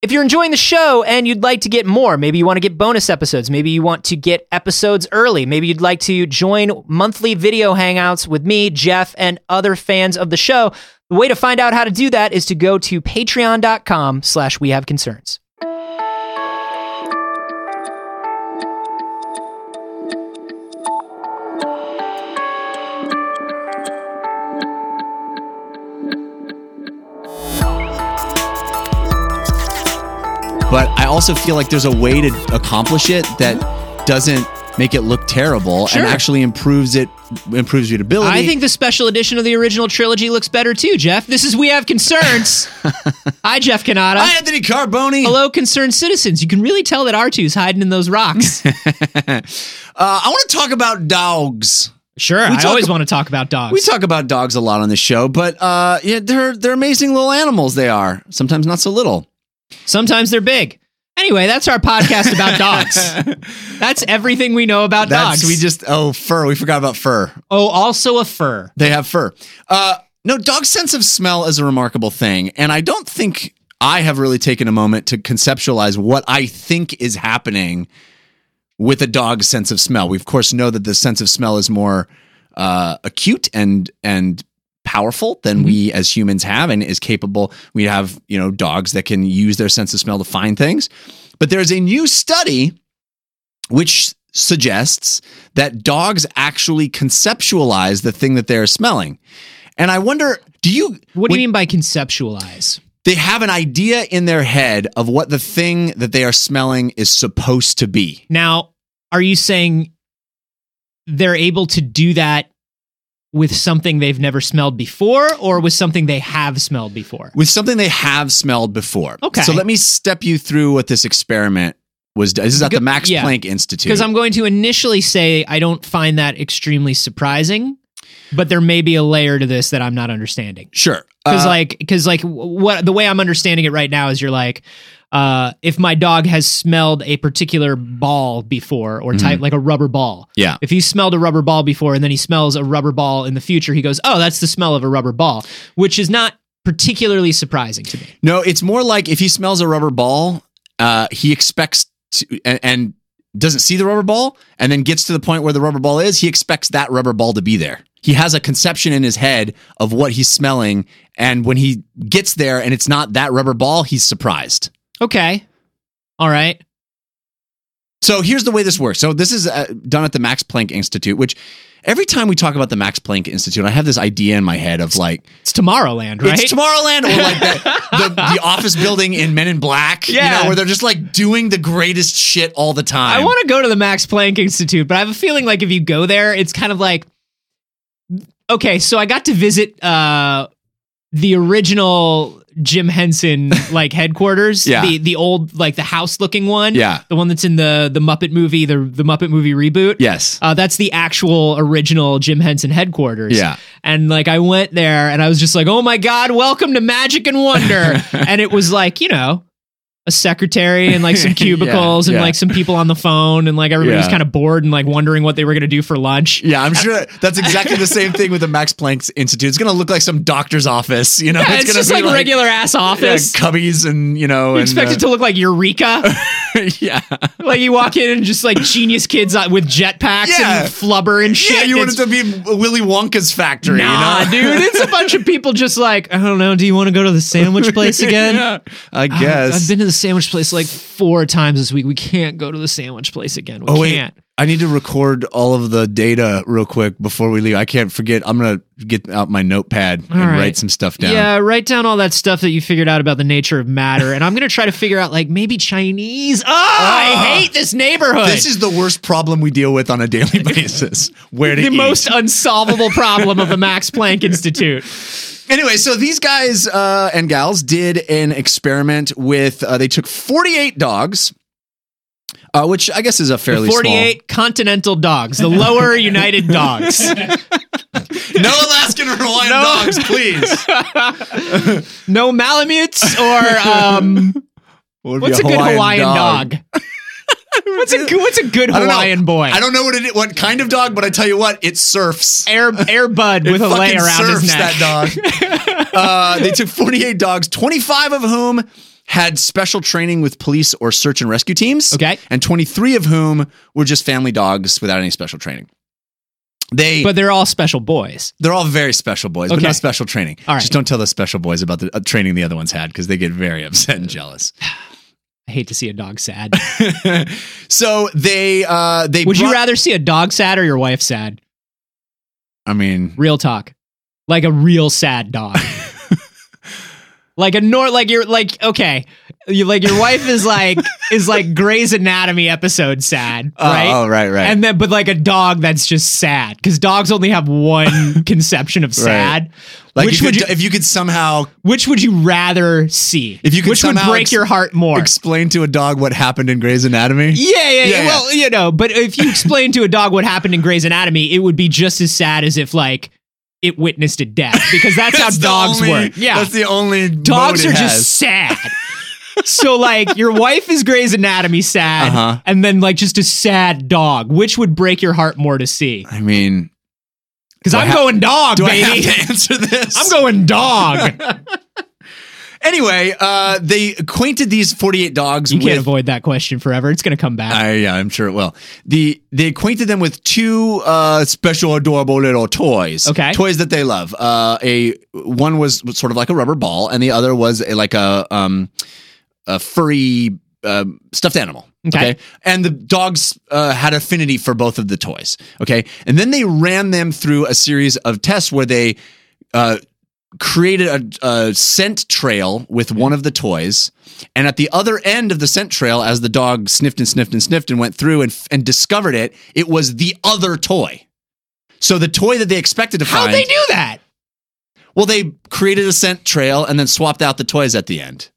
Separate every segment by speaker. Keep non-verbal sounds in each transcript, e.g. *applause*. Speaker 1: If you're enjoying the show and you'd like to get more, maybe you want to get bonus episodes, maybe you want to get episodes early, maybe you'd like to join monthly video hangouts with me, Jeff, and other fans of the show, the way to find out how to do that is to go to patreon.com slash we have concerns.
Speaker 2: But I also feel like there's a way to accomplish it that doesn't make it look terrible
Speaker 1: Sure.
Speaker 2: and actually improves it improves readability.
Speaker 1: I think the special edition of the original trilogy looks better too, Jeff. This is We Have Concerns. *laughs* Hi, Jeff Canada.
Speaker 2: Hi, Anthony Carboni.
Speaker 1: Hello, concerned citizens. You can really tell that R2's hiding in those rocks.
Speaker 2: Uh, I want to talk about dogs.
Speaker 1: *laughs* sure,
Speaker 2: We
Speaker 1: I
Speaker 2: talk
Speaker 1: always
Speaker 2: ab-
Speaker 1: want to talk about dogs.
Speaker 2: We talk about dogs a lot on the show, but uh, yeah, they're they're amazing little animals. They are sometimes not so little.
Speaker 1: Sometimes they're big. Anyway, that's our podcast
Speaker 2: *laughs*
Speaker 1: about dogs. That's everything we know about
Speaker 2: That's
Speaker 1: dogs.
Speaker 2: we just oh fur. We forgot about fur.
Speaker 1: oh, also a fur.
Speaker 2: They have fur. Uh, no, dog's sense of smell is a remarkable thing, and I don't think I have really taken a moment to conceptualize what I think is happening with a dog's sense of smell. We of course know that the sense of smell is more uh, acute and and powerful
Speaker 1: Mm-hmm.
Speaker 2: than we as humans have, and is capable. We have you know dogs that can use their sense of smell to find things, but there's a new study which suggests that dogs actually conceptualize the thing that they're smelling. And I wonder, do you
Speaker 1: What do
Speaker 2: when-
Speaker 1: you mean by conceptualize?
Speaker 2: they have an idea in their head of what the thing that they are smelling is supposed to be.
Speaker 1: Now, are you saying they're able to do that with something they've never smelled before or with something they have smelled before?
Speaker 2: With something they have smelled before.
Speaker 1: Okay.
Speaker 2: So let me step you through what this experiment was. This is at the
Speaker 1: Go-
Speaker 2: Max
Speaker 1: yeah.
Speaker 2: Planck Institute.
Speaker 1: Because I'm going to initially say I don't find that extremely surprising, but there may be a layer to this that I'm not understanding.
Speaker 2: sure.
Speaker 1: because
Speaker 2: Uh,
Speaker 1: like because like w- what the way i'm understanding it right now is you're like uh if my dog has smelled a particular ball before or type like a rubber ball
Speaker 2: Mhm. yeah.
Speaker 1: if he smelled a rubber ball before and then he smells a rubber ball in the future he goes oh that's the smell of a rubber ball which is not particularly surprising to me
Speaker 2: No, it's more like if he smells a rubber ball, uh, he expects to and, and doesn't see the rubber ball, and then gets to the point where the rubber ball is. He expects that rubber ball to be there. He has a conception in his head of what he's smelling, and when he gets there and it's not that rubber ball, he's surprised.
Speaker 1: okay all right
Speaker 2: So here's the way this works. So this is uh, done at the Max Planck Institute, which every time we talk about the Max Planck Institute, I have this idea in my head of like
Speaker 1: it's tomorrowland right
Speaker 2: It's Tomorrowland or like the,
Speaker 1: *laughs*
Speaker 2: the, the office building in Men in Black, you
Speaker 1: Yeah.
Speaker 2: know, where they're just like doing the greatest shit all the time.
Speaker 1: I want to go to the Max Planck Institute, but I have a feeling like if you go there, it's kind of like okay. So I got to visit uh, the original Jim
Speaker 2: *laughs*
Speaker 1: Henson like headquarters,
Speaker 2: Yeah.
Speaker 1: the the old like the house looking one,
Speaker 2: Yeah.
Speaker 1: the one that's in the the Muppet movie, the the Muppet movie reboot,
Speaker 2: Yes.
Speaker 1: uh, that's the actual original Jim Henson headquarters.
Speaker 2: Yeah.
Speaker 1: And like I went there and I was just like, oh my God, welcome to Magic and
Speaker 2: *laughs*
Speaker 1: Wonder. and it was like, you know, a secretary and like some cubicles and
Speaker 2: *laughs* yeah.
Speaker 1: like some people on the phone and like everybody was
Speaker 2: Yeah.
Speaker 1: kind of bored and like wondering what they were going to do for lunch.
Speaker 2: Yeah, I'm sure that's exactly the same thing with the Max Planck Institute. It's going to look like some doctor's office, you know.
Speaker 1: Yeah, it's,
Speaker 2: gonna
Speaker 1: just
Speaker 2: be
Speaker 1: like, regular ass
Speaker 2: yeah, uh,
Speaker 1: office.
Speaker 2: cubbies and, you know,
Speaker 1: you
Speaker 2: and,
Speaker 1: expect it to look like Eureka.
Speaker 2: *laughs* uh, yeah.
Speaker 1: like you walk in and just like genius kids uh, with jetpacks
Speaker 2: Yeah.
Speaker 1: and flubber and shit.
Speaker 2: Yeah, you want
Speaker 1: It's
Speaker 2: it to be Willy Wonka's factory,
Speaker 1: Nah,
Speaker 2: you know?
Speaker 1: dude, it's a bunch of people just like, I don't know, do you want to go to the sandwich place again?
Speaker 2: *laughs* Yeah, I
Speaker 1: I've-
Speaker 2: guess.
Speaker 1: I've been to the sandwich place like four times this week. We can't go to the sandwich place again. We
Speaker 2: Oh wait,
Speaker 1: can't.
Speaker 2: I need to record all of the data real quick before we leave. I can't forget. I'm gonna get out my notepad and
Speaker 1: right.
Speaker 2: write some stuff down.
Speaker 1: Yeah, write down all that stuff that you figured out about the nature of matter, and I'm gonna try to figure out like maybe Chinese. Oh,
Speaker 2: Ah!
Speaker 1: I hate this neighborhood.
Speaker 2: This is the worst problem we deal with on
Speaker 1: *laughs*
Speaker 2: a daily basis. Where to
Speaker 1: the
Speaker 2: eat.
Speaker 1: most unsolvable problem of the Max Planck
Speaker 2: *laughs*
Speaker 1: Institute.
Speaker 2: Anyway, so these guys uh, and gals did an experiment with. Uh, they took 48 dogs, uh, which I guess is a fairly small.
Speaker 1: 48 continental dogs, the lower United dogs.
Speaker 2: *laughs* No Alaskan or Hawaiian
Speaker 1: No.
Speaker 2: dogs,
Speaker 1: *laughs*
Speaker 2: please.
Speaker 1: No Malamutes or um,
Speaker 2: What would be
Speaker 1: what's a, good Hawaiian dog?
Speaker 2: *laughs*
Speaker 1: what's a good- what's a good
Speaker 2: I don't know.
Speaker 1: Hawaiian boy?
Speaker 2: I don't know what it, what kind of dog, but I tell you what, it surfs.
Speaker 1: Air Airbud with a lay
Speaker 2: fucking
Speaker 1: around his *laughs* neck.
Speaker 2: surfs that dog. uh, they took 48 dogs, 25 of whom had special training with police or search and rescue teams.
Speaker 1: Okay.
Speaker 2: And 23 of whom were just family dogs without any special training. They
Speaker 1: But they're all special boys.
Speaker 2: they're all very special boys, but
Speaker 1: Okay.
Speaker 2: not special training.
Speaker 1: All right.
Speaker 2: Just don't tell the special boys about the uh, training the other ones had because they get very *laughs* upset and jealous.
Speaker 1: I hate to see a dog
Speaker 2: *laughs*
Speaker 1: sad.
Speaker 2: so they uh they
Speaker 1: Would you
Speaker 2: brought-
Speaker 1: rather see a dog sad or your wife sad?
Speaker 2: I mean
Speaker 1: Real talk. Like a real sad dog.
Speaker 2: *laughs*
Speaker 1: like a nor like you're like okay. You like your wife is
Speaker 2: *laughs*
Speaker 1: like is like Grey's Anatomy episode sad,
Speaker 2: oh,
Speaker 1: right?
Speaker 2: oh, right, right.
Speaker 1: And then, but like a dog that's just sad because dogs only have
Speaker 2: *laughs*
Speaker 1: one conception of sad.
Speaker 2: like
Speaker 1: which
Speaker 2: you
Speaker 1: would
Speaker 2: could-
Speaker 1: you,
Speaker 2: if you could somehow
Speaker 1: which would you rather see?
Speaker 2: If you could
Speaker 1: which would
Speaker 2: somehow
Speaker 1: break
Speaker 2: ex-
Speaker 1: your heart more?
Speaker 2: explain to a dog what happened in Grey's Anatomy.
Speaker 1: yeah, yeah, yeah,
Speaker 2: Yeah,
Speaker 1: Well, you know, but if you explain to a dog what happened in Grey's Anatomy, it would be just as sad as if like it witnessed a death because that's,
Speaker 2: *laughs* the
Speaker 1: how dogs
Speaker 2: only-
Speaker 1: work. Yeah,
Speaker 2: That's the only
Speaker 1: dogs
Speaker 2: mode
Speaker 1: are
Speaker 2: it
Speaker 1: just
Speaker 2: has.
Speaker 1: sad.
Speaker 2: *laughs*
Speaker 1: so like your wife is Grey's Anatomy sad,
Speaker 2: Uh-huh.
Speaker 1: and then like just a sad dog. Which would break your heart more to see?
Speaker 2: I mean,
Speaker 1: Because
Speaker 2: Do I
Speaker 1: I'm
Speaker 2: have-
Speaker 1: going dog,
Speaker 2: do
Speaker 1: baby.
Speaker 2: I have to answer
Speaker 1: *laughs*
Speaker 2: this?
Speaker 1: I'm going
Speaker 2: *laughs*
Speaker 1: dog.
Speaker 2: Anyway, uh, they acquainted these 48 dogs
Speaker 1: you
Speaker 2: with
Speaker 1: can't avoid that question forever. It's going to come back.
Speaker 2: I, yeah, I'm sure it will. The they acquainted them with two uh, special adorable little toys.
Speaker 1: Okay.
Speaker 2: toys that they love. Uh, a one was sort of like a rubber ball, and the other was a, like a um a furry um, stuffed animal.
Speaker 1: Okay.
Speaker 2: and the dogs uh, had affinity for both of the toys. Okay, and then they ran them through a series of tests where they. Uh, created a, a scent trail with one of the toys. And at the other end of the scent trail, as the dog sniffed and sniffed and sniffed and went through and, and discovered it, it was the other toy. So the toy that they expected to
Speaker 1: How'd
Speaker 2: find.
Speaker 1: they do that?
Speaker 2: well, they created a scent trail and then swapped out the toys at the end.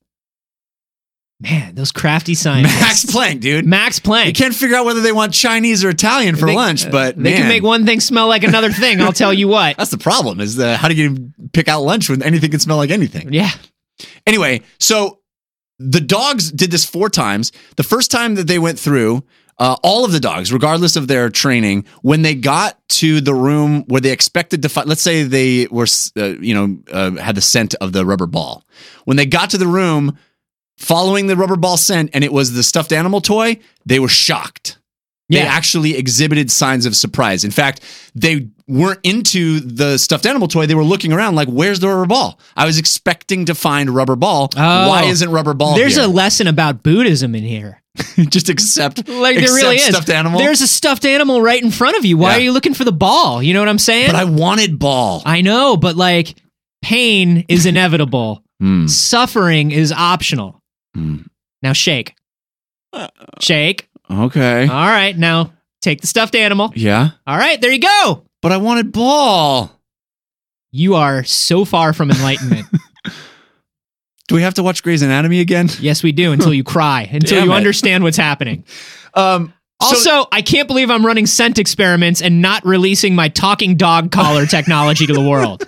Speaker 1: Man, those crafty scientists.
Speaker 2: Max Planck, dude.
Speaker 1: Max
Speaker 2: You
Speaker 1: Planck.
Speaker 2: can't figure out whether they want Chinese or Italian for
Speaker 1: They-
Speaker 2: lunch, but
Speaker 1: They can
Speaker 2: man,
Speaker 1: make one thing smell like another thing. I'll tell you what.
Speaker 2: *laughs* That's the problem. Is the, how do you pick out lunch when anything can smell like anything?
Speaker 1: Yeah.
Speaker 2: Anyway, so the dogs did this four times. The first time that they went through, uh, all of the dogs, regardless of their training, when they got to the room where they expected to find, let's say they were, uh, you know, uh, had the scent of the rubber ball. When they got to the room following the rubber ball scent and it was the stuffed animal toy, they were shocked. They
Speaker 1: Yeah.
Speaker 2: actually exhibited signs of surprise. In fact, they weren't into the stuffed animal toy. They were looking around like, "Where's the rubber ball? I was expecting to find rubber ball.
Speaker 1: Oh.
Speaker 2: Why isn't rubber ball
Speaker 1: There's a
Speaker 2: here?"
Speaker 1: lesson about Buddhism in here.
Speaker 2: a *laughs* just accept
Speaker 1: Like there
Speaker 2: accept
Speaker 1: really is.
Speaker 2: stuffed animal.
Speaker 1: There's a stuffed animal right in front of you. Why
Speaker 2: Yeah.
Speaker 1: are you looking for the ball? You know what I'm saying?
Speaker 2: but I wanted ball.
Speaker 1: I know, but like pain is inevitable.
Speaker 2: *laughs* Hmm.
Speaker 1: Suffering is optional.
Speaker 2: Mm.
Speaker 1: Now shake. Shake.
Speaker 2: Okay.
Speaker 1: All right, now take the stuffed animal.
Speaker 2: yeah,
Speaker 1: All right, there you go.
Speaker 2: but I wanted ball.
Speaker 1: You are so far from
Speaker 2: *laughs*
Speaker 1: enlightenment.
Speaker 2: Do we have to watch Grey's Anatomy again?
Speaker 1: yes, we do until you cry, until
Speaker 2: Damn
Speaker 1: you
Speaker 2: it.
Speaker 1: understand what's happening.
Speaker 2: Um,
Speaker 1: Also,
Speaker 2: so-
Speaker 1: I can't believe I'm running scent experiments and not releasing my talking dog
Speaker 2: *laughs*
Speaker 1: collar technology to the world.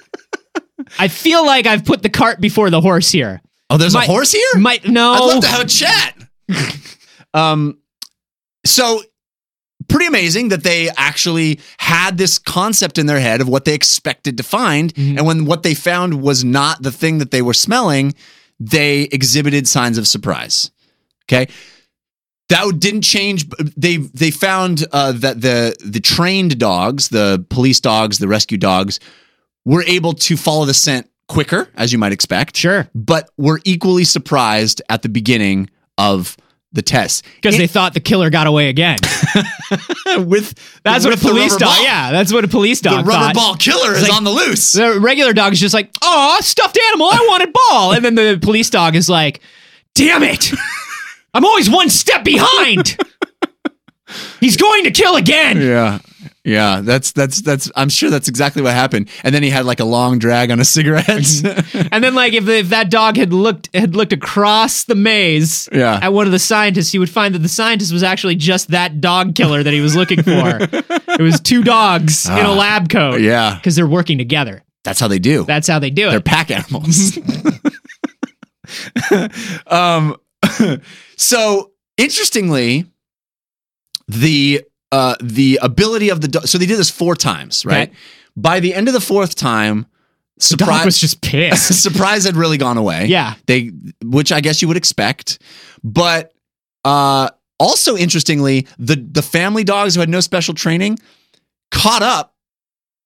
Speaker 1: I feel like I've put the cart before the horse here.
Speaker 2: oh, there's
Speaker 1: my-
Speaker 2: a horse here.
Speaker 1: Might no.
Speaker 2: I'd love to have a chat. *laughs* um, so pretty amazing that they actually had this concept in their head of what they expected to find,
Speaker 1: Mhm.
Speaker 2: and when what they found was not the thing that they were smelling, they exhibited signs of surprise. Okay. That didn't change. They they found uh, that the the trained dogs, the police dogs, the rescue dogs, were able to follow the scent quicker, as you might expect
Speaker 1: sure,
Speaker 2: but were equally surprised at the beginning of the test
Speaker 1: because they thought the killer got away
Speaker 2: *laughs*
Speaker 1: again.
Speaker 2: with
Speaker 1: That's what a
Speaker 2: with the
Speaker 1: police
Speaker 2: rubber
Speaker 1: dog.
Speaker 2: ball.
Speaker 1: Yeah, that's what a police
Speaker 2: the
Speaker 1: dog
Speaker 2: rubber
Speaker 1: thought.
Speaker 2: ball killer is
Speaker 1: like-
Speaker 2: on the loose
Speaker 1: The regular dog is just like, oh, stuffed animal, I wanted ball. And then the police dog is like, damn it.
Speaker 2: *laughs*
Speaker 1: I'm always one step behind. He's going to kill again.
Speaker 2: yeah yeah that's that's that's i'm sure that's exactly what happened and then he had like a long drag on a cigarette
Speaker 1: And then like if, if that dog had looked had looked across the maze
Speaker 2: Yeah.
Speaker 1: at one of the scientists, he would find that the scientist was actually just that dog killer that he was
Speaker 2: *laughs*
Speaker 1: looking for. it was two dogs in a
Speaker 2: Ah,
Speaker 1: lab coat.
Speaker 2: *laughs* yeah
Speaker 1: Because they're working together.
Speaker 2: that's how they do
Speaker 1: That's how they do
Speaker 2: They're
Speaker 1: it.
Speaker 2: pack animals. *laughs* um, *laughs* so interestingly, the uh, the ability of the do- so they did this four times, right?
Speaker 1: Okay.
Speaker 2: By the end of the fourth time,
Speaker 1: Doc
Speaker 2: Surprise!
Speaker 1: was just pissed.
Speaker 2: *laughs* surprise had really gone away.
Speaker 1: yeah.
Speaker 2: they which i guess you would expect but uh also interestingly the the family dogs who had no special training caught up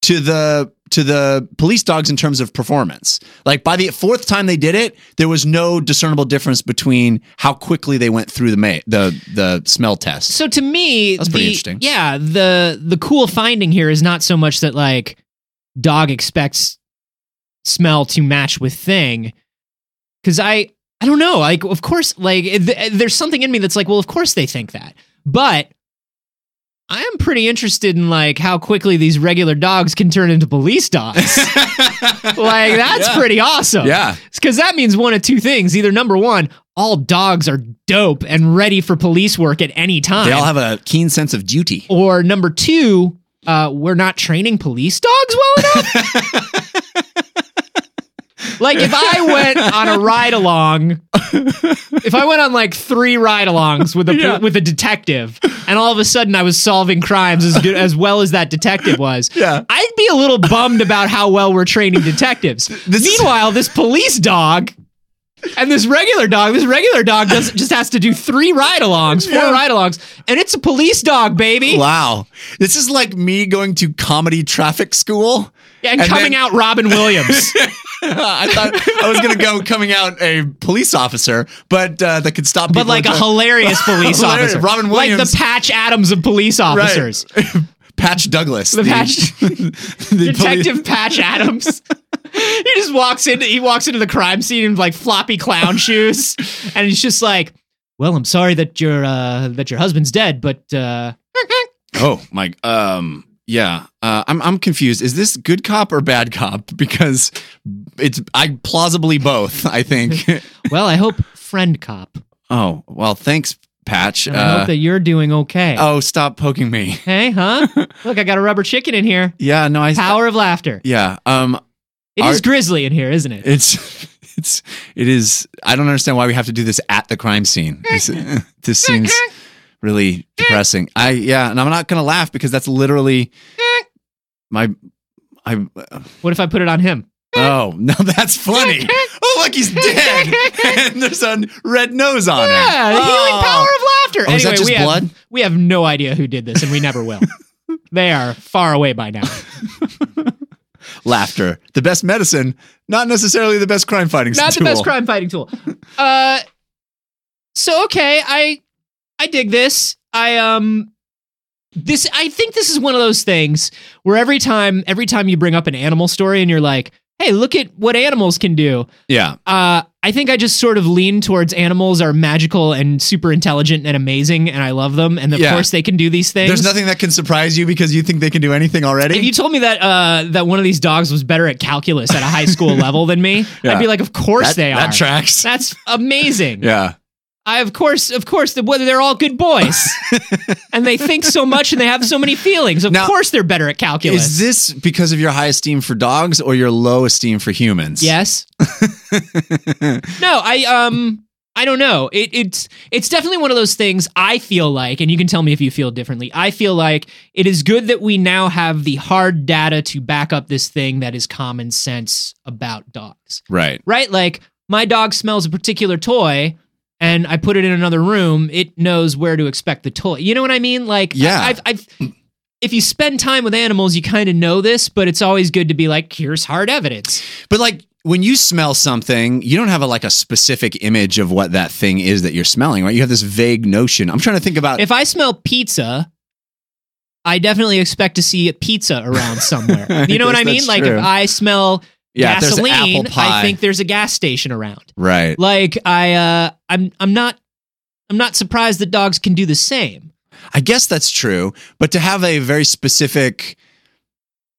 Speaker 2: to the to the police dogs in terms of performance like by the fourth time they did it there was no discernible difference between how quickly they went through the ma- the the smell test
Speaker 1: So to me,
Speaker 2: That's pretty
Speaker 1: the-
Speaker 2: interesting.
Speaker 1: Yeah, the the cool finding here is not so much that like dog expects smell to match with thing, because I I don't know. Like, of course, like th- there's something in me that's like, well, of course they think that, but. I am pretty interested in like how quickly these regular dogs can turn into police
Speaker 2: *laughs*
Speaker 1: dogs. like that's
Speaker 2: Yeah.
Speaker 1: pretty awesome.
Speaker 2: yeah
Speaker 1: Because that means one of two things. Either number one, all dogs are dope and ready for police work at any time.
Speaker 2: they all have a keen sense of duty
Speaker 1: or number two, uh, we're not training police dogs well enough.
Speaker 2: *laughs*
Speaker 1: like if I went on a ride along, if I went on like three ride alongs with a
Speaker 2: Yeah.
Speaker 1: with a detective, and all of a sudden I was solving crimes as good as well as that detective was,
Speaker 2: Yeah.
Speaker 1: I'd be a little bummed about how well we're training detectives.
Speaker 2: This is-
Speaker 1: Meanwhile, this police dog. And this regular dog, this regular dog does, just has to do three ride alongs, four
Speaker 2: Yeah.
Speaker 1: ride alongs, and it's a police dog, baby.
Speaker 2: wow this is like me going to comedy traffic school
Speaker 1: Yeah, and,
Speaker 2: And
Speaker 1: coming
Speaker 2: then-
Speaker 1: out Robin
Speaker 2: *laughs*
Speaker 1: Williams.
Speaker 2: I thought I was gonna go coming out a police officer, but uh, that could stop.
Speaker 1: but
Speaker 2: people
Speaker 1: like a
Speaker 2: into-
Speaker 1: hilarious police
Speaker 2: *laughs* Hilarious.
Speaker 1: officer.
Speaker 2: Robin
Speaker 1: Like
Speaker 2: Williams.
Speaker 1: the Patch Adams of police
Speaker 2: *laughs*
Speaker 1: officers.
Speaker 2: Patch Douglas,
Speaker 1: The Patch-
Speaker 2: *laughs* the
Speaker 1: Detective Patch Adams. *laughs* he just walks in he walks into the crime scene in like floppy clown
Speaker 2: *laughs*
Speaker 1: shoes and he's just like, "Well, I'm sorry that your uh that your husband's dead, but uh
Speaker 2: police- Oh my, um, yeah, uh, I'm I'm confused. Is this good cop or bad cop? Because it's I plausibly both. I
Speaker 1: *laughs*
Speaker 2: think.
Speaker 1: well, I hope friend cop.
Speaker 2: oh well, thanks, Patch.
Speaker 1: And I
Speaker 2: Uh,
Speaker 1: hope that you're doing okay."
Speaker 2: oh, stop poking me.
Speaker 1: Hey,
Speaker 2: *laughs*
Speaker 1: huh? Look, I got a rubber chicken in here.
Speaker 2: Yeah, no, I.
Speaker 1: Power of laughter.
Speaker 2: Yeah, um,
Speaker 1: It is
Speaker 2: Are-
Speaker 1: grizzly in here, isn't it?
Speaker 2: it's. *laughs* It's it is I don't understand why we have to do this at the crime scene. This, *laughs* this seems really depressing. I yeah, and I'm not gonna laugh because that's literally my I
Speaker 1: What if I put it on him?
Speaker 2: oh *laughs* no, that's funny. Oh look, he's dead, *laughs* and there's a red nose on him.
Speaker 1: Yeah, the healing
Speaker 2: Oh.
Speaker 1: power of laughter.
Speaker 2: Oh,
Speaker 1: anyway,
Speaker 2: is that just
Speaker 1: we
Speaker 2: blood?
Speaker 1: Have, we have no idea who did this, and we never
Speaker 2: *laughs*
Speaker 1: will. they are far away by now.
Speaker 2: Laughter, the best medicine, not necessarily the best crime fighting.
Speaker 1: Not the
Speaker 2: tool.
Speaker 1: best crime fighting tool. Uh, so okay, I I dig this. I um this I think this is one of those things where every time every time you bring up an animal story and you're like, hey, look at what animals can do.
Speaker 2: Yeah,
Speaker 1: Uh, I think I just sort of lean towards animals are magical and super intelligent and amazing, and I love them, and of
Speaker 2: Yeah.
Speaker 1: course they can do these things.
Speaker 2: there's nothing that can surprise you because you think they can do anything already.
Speaker 1: If you told me that uh, that one of these dogs was better at calculus at a high
Speaker 2: *laughs*
Speaker 1: school level than me, I'd
Speaker 2: Yeah.
Speaker 1: be like, of course
Speaker 2: that,
Speaker 1: they are.
Speaker 2: that tracks.
Speaker 1: That's amazing.
Speaker 2: *laughs* yeah,
Speaker 1: I of course, of course, the, whether they're all good
Speaker 2: *laughs*
Speaker 1: boys, and they think so much and they have so many feelings. Of
Speaker 2: Now-
Speaker 1: course, they're better at calculus.
Speaker 2: is this because of your high esteem for dogs or your low esteem for humans?
Speaker 1: Yes. no, I um I don't know. It it's it's definitely one of those things I feel like and you can tell me if you feel differently. I feel like it is good that we now have the hard data to back up this thing that is common sense about dogs.
Speaker 2: right.
Speaker 1: Right? Like my dog smells a particular toy and I put it in another room, it knows where to expect the toy. You know what I mean? Like I-
Speaker 2: Yeah.
Speaker 1: I've I've if you spend time with animals, you kind of know this, but it's always good to be like, here's hard evidence.
Speaker 2: But like when you smell something, you don't have a like a specific image of what that thing is that you're smelling, right? You have this vague notion. I'm trying to think about
Speaker 1: if I smell pizza, I definitely expect to see a pizza around somewhere. You know what
Speaker 2: *laughs* I
Speaker 1: I mean?
Speaker 2: guess that's
Speaker 1: Like
Speaker 2: true.
Speaker 1: if I smell
Speaker 2: yeah, if there's
Speaker 1: gasoline,
Speaker 2: apple pie.
Speaker 1: I think there's a gas station around.
Speaker 2: right.
Speaker 1: Like I uh I'm I'm not I'm not surprised that dogs can do the same.
Speaker 2: I guess that's true, but to have a very specific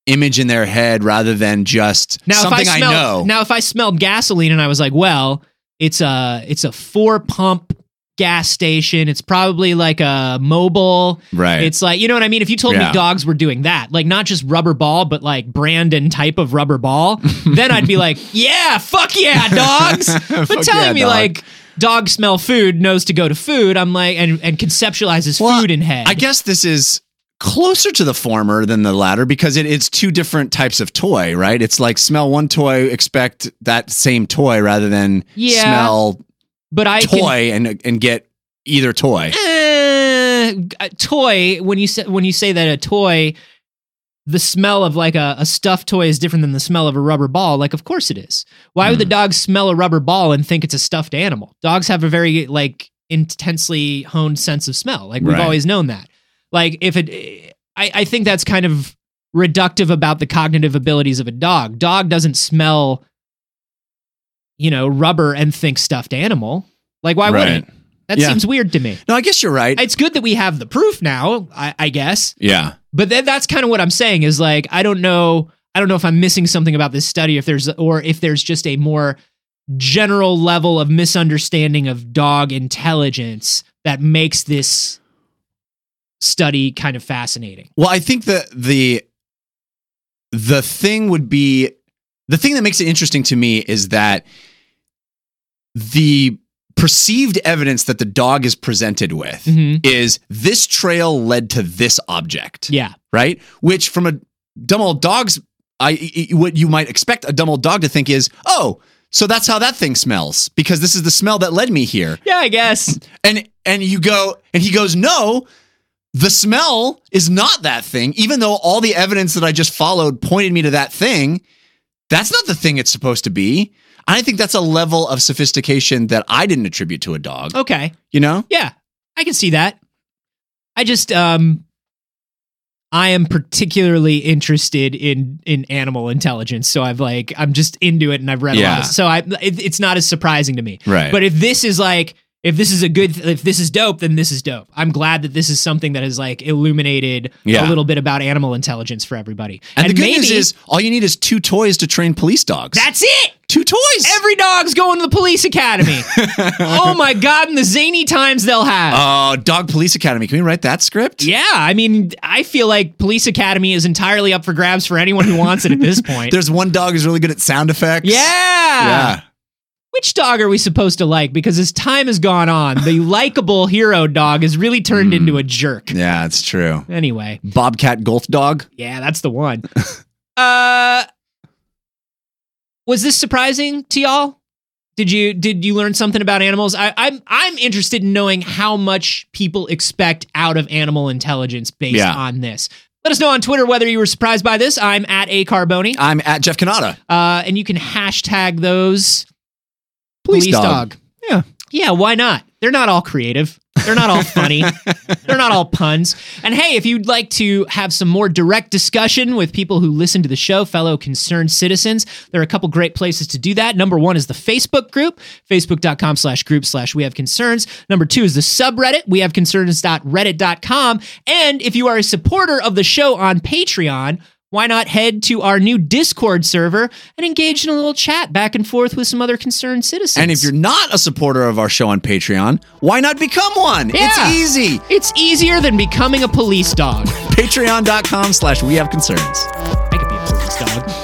Speaker 2: image in their head rather than just
Speaker 1: Now
Speaker 2: something
Speaker 1: if I
Speaker 2: I,
Speaker 1: smell
Speaker 2: know.
Speaker 1: now if I smelled gasoline and I was like, well, it's a it's a four pump gas station. It's probably like a mobile
Speaker 2: right.
Speaker 1: It's like, you know what I mean? If you told me
Speaker 2: Yeah.
Speaker 1: dogs were doing that, like not just rubber ball, but like brand and type of rubber
Speaker 2: *laughs*
Speaker 1: ball, then I'd be like, yeah, fuck yeah, dogs. But
Speaker 2: Fuck
Speaker 1: telling
Speaker 2: yeah,
Speaker 1: me
Speaker 2: dog.
Speaker 1: like dog smell food, knows to go to food, I'm like, and, and conceptualizes
Speaker 2: Well,
Speaker 1: food in head.
Speaker 2: I guess this is closer to the former than the latter because it, it's two different types of toy, right? It's like smell one toy, expect that same toy rather than
Speaker 1: Yeah.
Speaker 2: smell
Speaker 1: But I can-
Speaker 2: toy and and get either toy.
Speaker 1: Eh, a toy when you say when you say that a toy the smell of like a, a stuffed toy is different than the smell of a rubber ball like of course it is why
Speaker 2: Hmm.
Speaker 1: would the dog smell a rubber ball and think it's a stuffed animal dogs have a very like intensely honed sense of smell like we've
Speaker 2: Right.
Speaker 1: always known that like if it I, I think that's kind of reductive about the cognitive abilities of a dog dog doesn't smell you know rubber and think stuffed animal like why
Speaker 2: Right.
Speaker 1: wouldn't it? that
Speaker 2: Yeah.
Speaker 1: seems weird to me
Speaker 2: No, I guess you're right.
Speaker 1: it's good that we have the proof now, I, I guess.
Speaker 2: yeah.
Speaker 1: But then that's kind of what I'm saying is like I don't know, I don't know if I'm missing something about this study, if there's or if there's just a more general level of misunderstanding of dog intelligence that makes this study kind of fascinating.
Speaker 2: Well, I think the the the thing would be the thing that makes it interesting to me is that the perceived evidence that the dog is presented with
Speaker 1: Mhm.
Speaker 2: is this trail led to this object,
Speaker 1: Yeah,
Speaker 2: right? Which from a dumb old dog's I I- what you might expect a dumb old dog to think is, "Oh, so that's how that thing smells because this is the smell that led me here."
Speaker 1: yeah, I guess.
Speaker 2: and and you go and he goes no the smell is not that thing even though all the evidence that i just followed pointed me to that thing that's not the thing it's supposed to be i think that's a level of sophistication that i didn't attribute to a dog
Speaker 1: Okay,
Speaker 2: you know
Speaker 1: yeah, I can see that. I just um, I am particularly interested in in animal intelligence, so I've like I'm just into it, and I've read a lot.
Speaker 2: Yeah.
Speaker 1: Of, so I it, it's not as surprising to me.
Speaker 2: right
Speaker 1: But if this is like if this is a good if this is dope, then this is dope. I'm glad that this is something that has like illuminated
Speaker 2: Yeah.
Speaker 1: a little bit about animal intelligence for everybody.
Speaker 2: and, the good
Speaker 1: maybe
Speaker 2: news is all you need is two toys to train police dogs
Speaker 1: that's it.
Speaker 2: two toys
Speaker 1: Every dog's going to the police
Speaker 2: *laughs*
Speaker 1: academy. oh my god! And the zany times they'll have.
Speaker 2: oh dog police academy can we write that
Speaker 1: *laughs*
Speaker 2: script
Speaker 1: Yeah, I mean, I feel like Police Academy is entirely up for grabs for anyone who wants it at
Speaker 2: *laughs*
Speaker 1: this point.
Speaker 2: there's one dog who's really good at sound effects
Speaker 1: yeah.
Speaker 2: yeah
Speaker 1: Which dog are we supposed to like? Because as time has gone on, the *laughs* likable hero dog has really turned into a jerk.
Speaker 2: Hmm. yeah it's true
Speaker 1: Anyway,
Speaker 2: bobcat golf dog
Speaker 1: yeah, that's the
Speaker 2: *laughs*
Speaker 1: one. uh Was this surprising to y'all? Did you did you learn something about animals? I, I'm I'm interested in knowing how much people expect out of animal intelligence based
Speaker 2: Yeah.
Speaker 1: on this. Let us know on Twitter whether you were surprised by this. I'm at a carboni.
Speaker 2: i'm at jeff canada
Speaker 1: uh, and you can hashtag those
Speaker 2: Police dog.
Speaker 1: Yeah, yeah. Why not? They're not all creative. They're not all funny. They're not all puns. And hey, if you'd like to have some more direct discussion with people who listen to the show, fellow concerned citizens, there are a couple great places to do that. Number one is the Facebook group, facebook.com slash group slash we have concerns. Number two is the subreddit, we have concerns.reddit.com. And if you are a supporter of the show on Patreon, why not head to our new Discord server and engage in a little chat back and forth with some other concerned citizens?
Speaker 2: And if you're not a supporter of our show on Patreon, why not become one?
Speaker 1: Yeah.
Speaker 2: It's easy.
Speaker 1: it's easier than becoming a police dog.
Speaker 2: Patreon.com slash we have concerns.
Speaker 1: I could be a police dog.